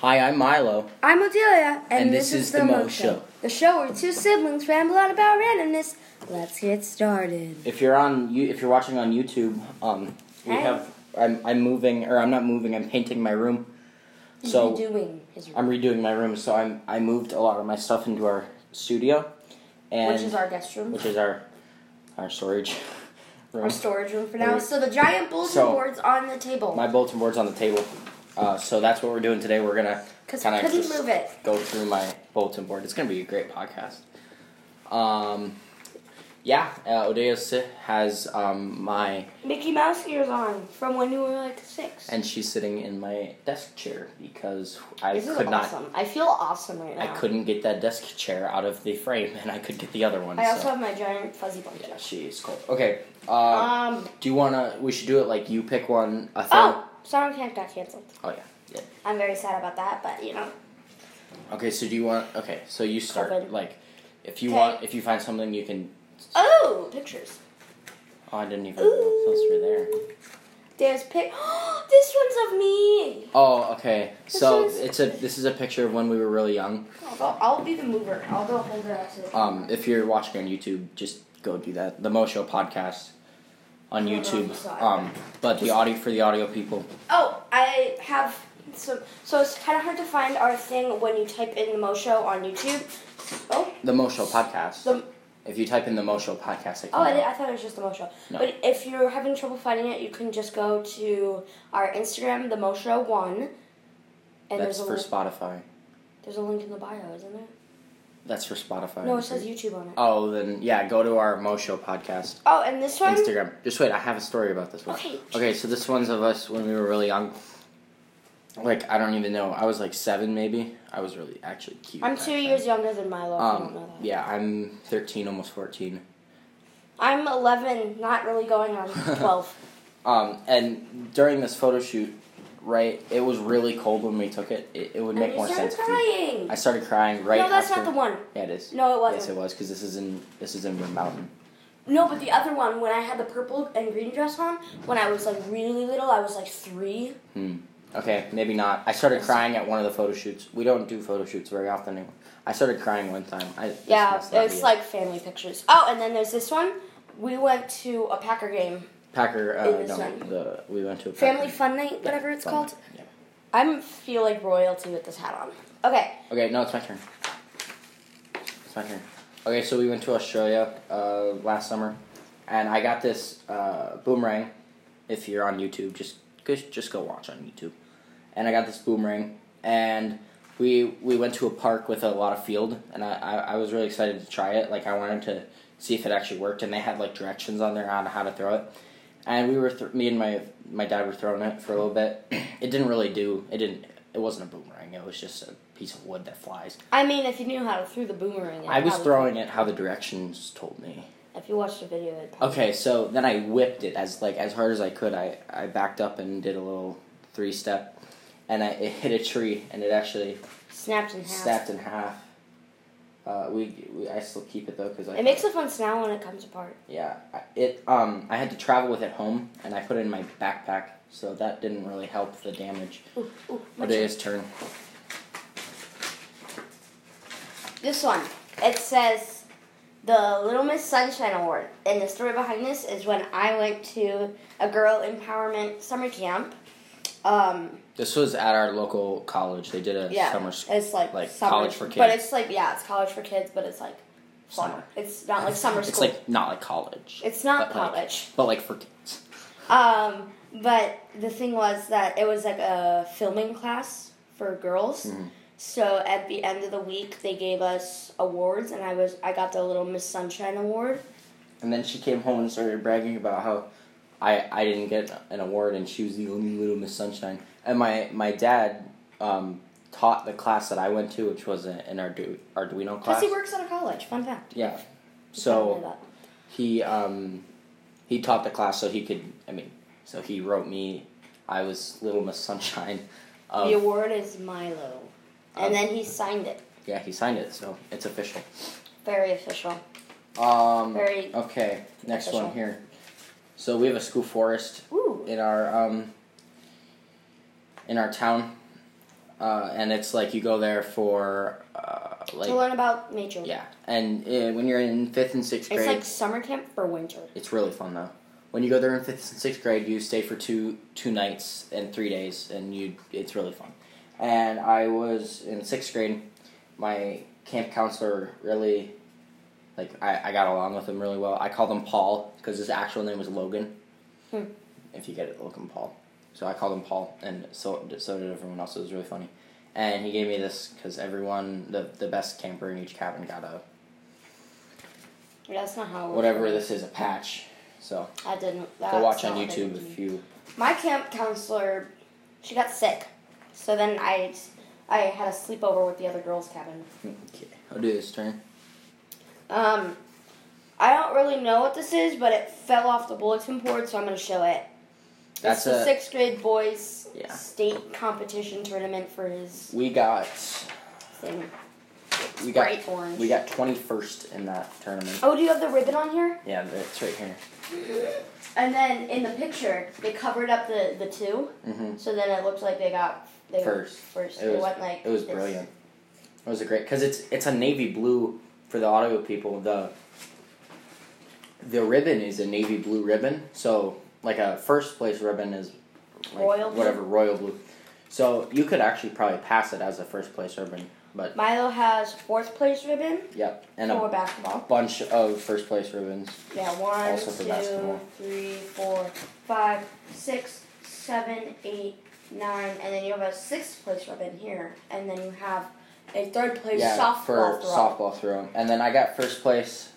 Hi, I'm Milo. I'm Odelia, And this is The Mo Show. The show where two siblings ramble on about randomness. Let's get started. If you're on, you if you're watching on YouTube, um, we Hey. have. I'm I'm moving, or I'm not moving. I'm painting my room. So doing his I'm redoing my room. So I'm I moved a lot of my stuff into our studio, and which is our guest room, which is our our storage room. our storage room for now. So the giant bulletin So- board's on the table my bulletin board's on the table. Uh, so that's what we're doing today. We're gonna because we kinda couldn't just- move it. go through my bulletin board. It's going to be a great podcast. Um, yeah, uh, Odeus has um, my, Mickey Mouse ears on from when you were like six. and she's sitting in my desk chair because I this is could not, awesome. I feel awesome right I now. couldn't get that desk chair out of the frame, and I could get the other one. I also so. have my giant fuzzy blanket. yeah, she is cold. Okay, uh, Um. do you wanna? We should do it like you pick one. A thing. Oh, Summer Camp got canceled. uh, Oh, yeah, yeah. I'm very sad about that, but you know. Okay, so do you want? Okay, so you start. Open. Like, if you Okay. want, if you find something, you can. Oh, pictures. Oh, I didn't even know those were there. There's pic. this one's of me. Oh, okay. So one's- it's a this is a picture of when we were really young. I'll, go, I'll be the mover. I'll go hold it up to the Um, if you're watching on YouTube, just go do that. The Mo Show podcast on Hold on, YouTube. sorry. Um, but the audio for the audio people. Oh, I have some. So it's kind of hard to find our thing when you type in the Mo Show on YouTube. Oh, The Mo Show podcast. The- if you type in the Mo Show podcast, it oh, I, comes did, up. I thought it was just the Mo Show. No. But if you're having trouble finding it, you can just go to our Instagram, the Mo Show One. And That's there's a for link, Spotify. there's a link in the bio, isn't there? That's for Spotify. No, it says YouTube on it. Oh, then yeah, go to our Mo Show podcast Oh, and this one. Instagram. Just wait, I have a story about this one. Okay. so this one's of us when we were really young. Like I don't even know. I was like seven, maybe. I was really actually cute. I'm back two then. years younger than Milo. if you don't know Um, that. yeah, I'm 13, almost 14. I'm 11, not really going on 12. Um, and during this photo shoot, right, it was really cold when we took it. It, it would and make you more started sense. if you- crying. I started crying right no, that's after. not the one. Yeah, it is. No, it wasn't. Yes, it was because this is in this is in Wind Mountain. No, but the other one, when I had the purple and green dress on, when I was like really little, I was like three. Hmm. Okay, maybe not. I started crying at one of the photo shoots. We don't do photo shoots very often anymore. I started crying one time. I, this Yeah, must not be it's it. like family pictures. Oh, and then there's this one. We went to a Packer game, Packer. Uh, in this no, one. the we went to a family Packer- fun night, whatever it's fun called. night, Yeah. I feel like royalty with this hat on. Okay, Okay, no, it's my turn. It's my turn. Okay, so we went to Australia uh, last summer, and I got this uh, boomerang. If you're on YouTube, just just just go watch on YouTube. And I got this boomerang, and we we went to a park with a lot of field, and I, I, I was really excited to try it. Like I wanted to see if it actually worked, and they had like directions on there on how to throw it. And we were th- me and my my dad were throwing it for a little bit. it didn't really do. It didn't. It wasn't a boomerang. It was just a piece of wood that flies. I mean, if you knew how to throw the boomerang, it I was probably- throwing it how the directions told me. If you watched the video, it Okay, so then I whipped it as like as hard as I could. I I backed up and did a little three step, and I it hit a tree and it actually snapped in half. snapped in half. Uh, we, we I still keep it though because I It makes a fun sound when it comes apart. yeah I- it um I had to travel with it home and I put it in my backpack so that didn't really help the damage. Ooh, ooh, my Odea's turn. This one. It says the Little Miss Sunshine Award. And the story behind this is when I went to a girl empowerment summer camp. Um, This was at our local college. They did a yeah, summer school. it's like, like summer, college for But kids. it's like yeah, it's college for kids, but it's like fun. Summer. It's not like summer school. It's like not like college. It's not but, like- college. but like for kids. Um, but the thing was that it was like a filming class for girls. Mm-hmm. So at the end of the week, they gave us awards, and I was I got the Little Miss Sunshine Award. And then she came home and started bragging about how I I didn't get an award and she was the only little Miss Sunshine. And my my dad um, taught the class that I went to, which was in in Ardu- Arduino Plus, class. he works at a college. Fun fact. Yeah. Didn't know So that. he um, he taught the class so he could. I mean, so he wrote me. I was Little Miss Sunshine. Of, the award is Milo, and Of- then he signed it. yeah, he signed it, so it's official. Very official. Um, Very- okay, next official. one here. So we have a school forest Ooh. in our um, in our town, uh, and it's like you go there for uh, like to learn about nature. yeah, and uh, when you're in fifth and sixth It's grade, like summer camp for winter. it's really fun though. When you go there in fifth and sixth grade, you stay for two two nights and three days, and you it's really fun. And I was in sixth grade. My camp counselor really, like I, I got along with him really well. I called him Paul because his actual name was Logan. Hmm. If you get it, Logan Paul. So I called him Paul, and so so did everyone else. It was really funny. And he gave me this because everyone, the the best camper in each cabin, got a That's not how. It works. whatever this is a patch. So I didn't. go that's watch on not what I YouTube did. if you My camp counselor, she got sick, so then I, I had a sleepover with the other girls' cabin. Okay, I'll do this turn. Um, I don't really know what this is, but it fell off the bulletin board, so I'm gonna show it. That's it's the a sixth grade boys Yeah. state competition tournament for his we got thing. we got Bright orange. we got twenty first in that tournament. Oh, do you have the ribbon on here? Yeah, that's right here. And then in the picture, they covered up the the two, Mhm. so then it looked like they got they were First. First, It they was went like it was this. brilliant. It was a great because it's it's a navy blue for the audio people. The the ribbon is a navy blue ribbon, so like a first place ribbon is like Royal blue? whatever royal blue. So you could actually probably pass it as a first place ribbon, but Milo has fourth place ribbon yep, and for a basketball. bunch of first place ribbons. Yeah, one, Also for basketball. two, three, four, five, six, seven, eight, nine, and then you have a sixth place ribbon here, and then you have a third place yeah, softball for throw. softball throw. And then I got first place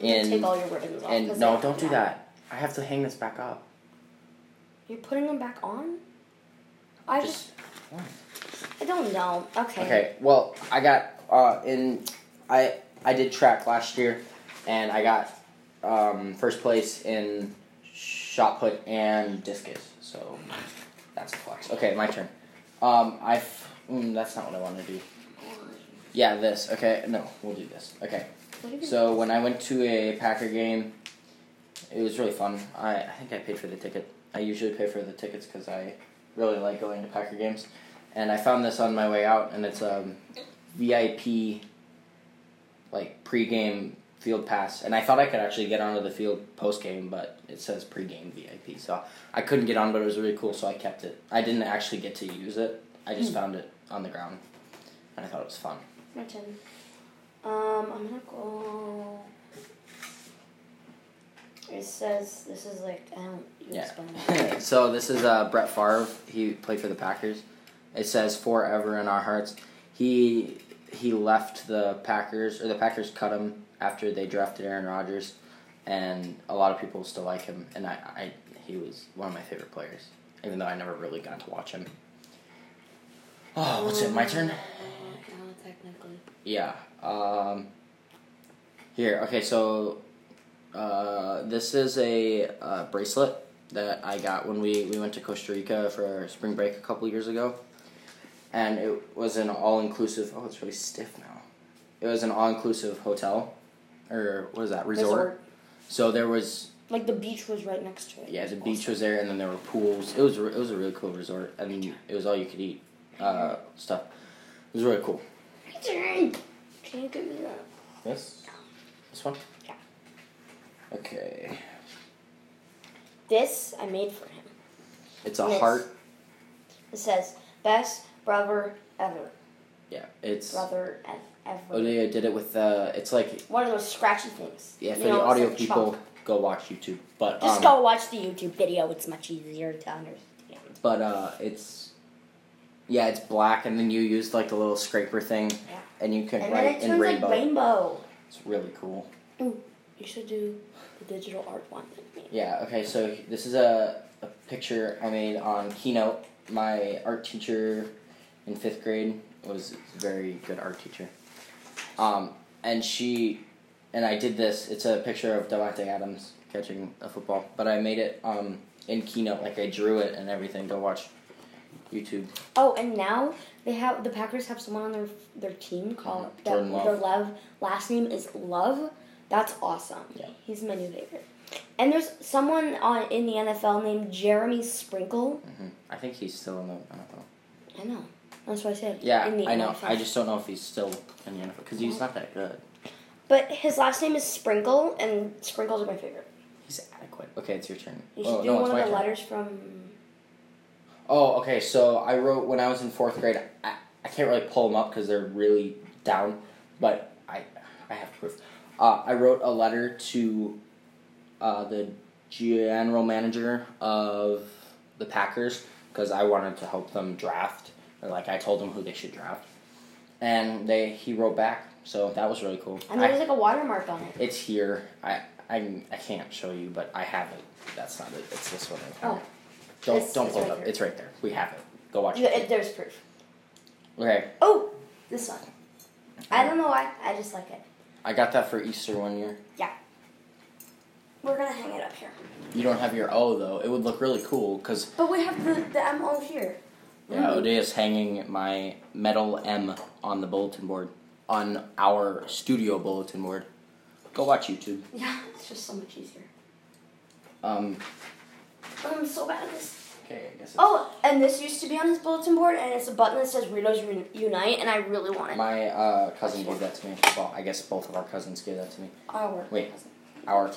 in Take all your ribbons off. 'cause and no, they- don't do that. I have to hang this back up. You're putting them back on. I just, Just I don't know. Okay. okay. Well, I got uh in I I did track last year, and I got um first place in shot put and discus. So that's a flex. Okay, my turn. Um, I f- mm, that's not what I want to do. Yeah, this. Okay, no, we'll do this. Okay. What even- So when I went to a Packer game, it was really fun. I, I think I paid for the ticket. I usually pay for the tickets because I really like going to Packer games. And I found this on my way out, and it's um, a VIP, like pregame field pass. And I thought I could actually get onto the field postgame, but it says pregame VIP, so I couldn't get on. But it was really cool, so I kept it. I didn't actually get to use it. I just found it on the ground, and I thought it was fun. My turn. Um, I'm gonna go. It says this is like I don't. you Yeah. explain it. so this is uh, Brett Favre. He played for the Packers. It says forever in our hearts. He he left the Packers, or the Packers cut him after they drafted Aaron Rodgers, and a lot of people still like him. And I, I he was one of my favorite players, even though I never really got to watch him. Oh, what's it? My turn. No, technically. Yeah. Um, here, okay, so uh, this is a uh, bracelet that I got when we, we went to Costa Rica for our spring break a couple years ago. And it was an all inclusive, oh, it's really stiff now. It was an all inclusive hotel, or what is that, resort? Resort. So there was, Like the beach was right next to it. yeah, the beach was there, and then there were pools. It was, a re- it was a really cool resort, and it was all you could eat uh, stuff. It was really cool. My turn. Can you give me that? This? This one? Yeah. Okay. This I made for him. It's a Yes. heart. It says best brother ever. Yeah. It's. Brother ev- ever. Odea did it with. Uh, it's like. One of those scratchy things. Yeah, for You know, the it's audio like people, chalk. go watch YouTube. But. Just um, go watch the YouTube video. It's much easier to understand. But uh, it's. Yeah, it's black, and then you used like the little scraper thing, Yeah. and you could And then it write in turns rainbow. like rainbow. It's really cool. Ooh, you should do the digital art one with me. Yeah, okay, so this is a, a picture I made on Keynote. My art teacher in fifth grade was a very good art teacher. Um, and she, and I did this, it's a picture of Devontae Adams catching a football, but I made it um, in Keynote, like I drew it and everything. Go watch YouTube. Oh, and now they have the Packers have someone on their their team called Mhm. that Jordan Love. their love last name is Love. That's awesome. Yeah. He's my new favorite. And there's someone on in the NFL named Jeremy Sprinkle. hmm I think he's still in the NFL. I know. That's what I said. Yeah, in the I know. NFL. I just don't know if he's still in the NFL because he's not that good. But his last name is Sprinkle, and Sprinkles are my favorite. He's adequate. Okay, it's your turn. You should oh, do no, it's one my of the turn. letters from. Oh, okay. So I wrote when I was in fourth grade. I, I can't really pull them up because they're really down, but I I have proof. Uh, I wrote a letter to uh, the general manager of the Packers because I wanted to help them draft. Or, like I told them who they should draft, and they he wrote back. So that was really cool. And there's I- like a watermark on it. it's here. I I I can't show you, but I have it. That's not it. It's this one. right Oh. here. Don't It's- don't it's pull right it up. here. It's right there. We have it. Go watch You- it. it- there's proof. Okay, Oh, this one. I don't know why. I just like it. I got that for Easter one year. Yeah. We're gonna hang it up here. You don't have your O though. It would look really cool because But we have the, the M on here. yeah, Mm. O'Day is hanging my metal M on the bulletin board on our studio bulletin board. Go watch YouTube. Yeah, it's just so much easier. Um. I'm so bad at this. Okay, I guess. It's Oh, and this used to be on his bulletin board, and it's a button that says Ritos Re- Unite, and I really want it. My uh, cousin gave that to me. Well, I guess both of our cousins gave that to me. Our Wait. Our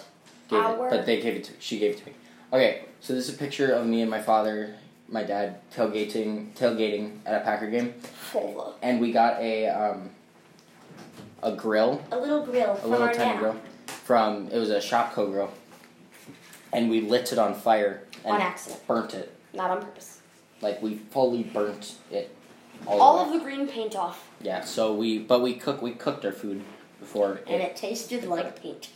gave Our- it, but they gave it to she gave it to me. Okay, so this is a picture of me and my father, my dad tailgating tailgating at a Packer game, Fola. and we got a um, a grill, A little grill a from little our tiny dad. grill from it was a Shopco grill, and we lit it on fire and On accident. burnt it Not on purpose. like we fully burnt it all, All the way. of the green paint off, yeah. So we but we cook we cooked our food before and it tasted like paint.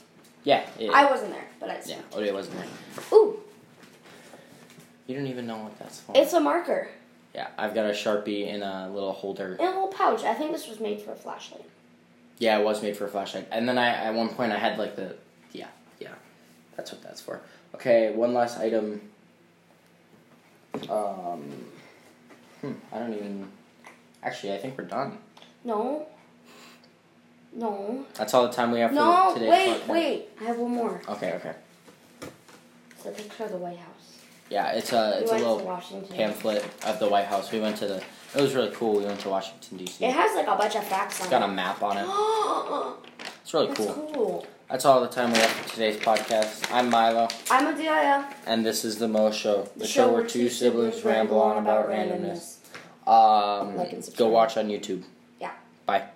yeah it, I wasn't there, but I yeah smelled. oh it wasn't there. Ooh, You don't even know what that's for. it's a marker Yeah, I've got a sharpie in a little holder. in a little pouch. I think this was made for a flashlight. Yeah, it was made for a flashlight. And then I at one point I had like the yeah yeah, that's what that's for. Okay, one last item. Um, hmm, I don't even. Actually, I think we're done. No. No. That's all the time we have for No, today. wait, wait. I have one more. Okay, okay. It's a picture of the White House. Yeah, it's a it's a we went to little Washington. pamphlet of the White House. We went to the. It was really cool. We went to Washington D.C. It has like a bunch of facts on It's got a it. map on it. Oh, It's really that's cool. cool. That's all the time we have for today's podcast. I'm Milo. I'm a DIL. and this is the Mo Show, the show where two siblings ramble on about randomness. Um, Like and go subscribe. watch on YouTube. Yeah. Bye.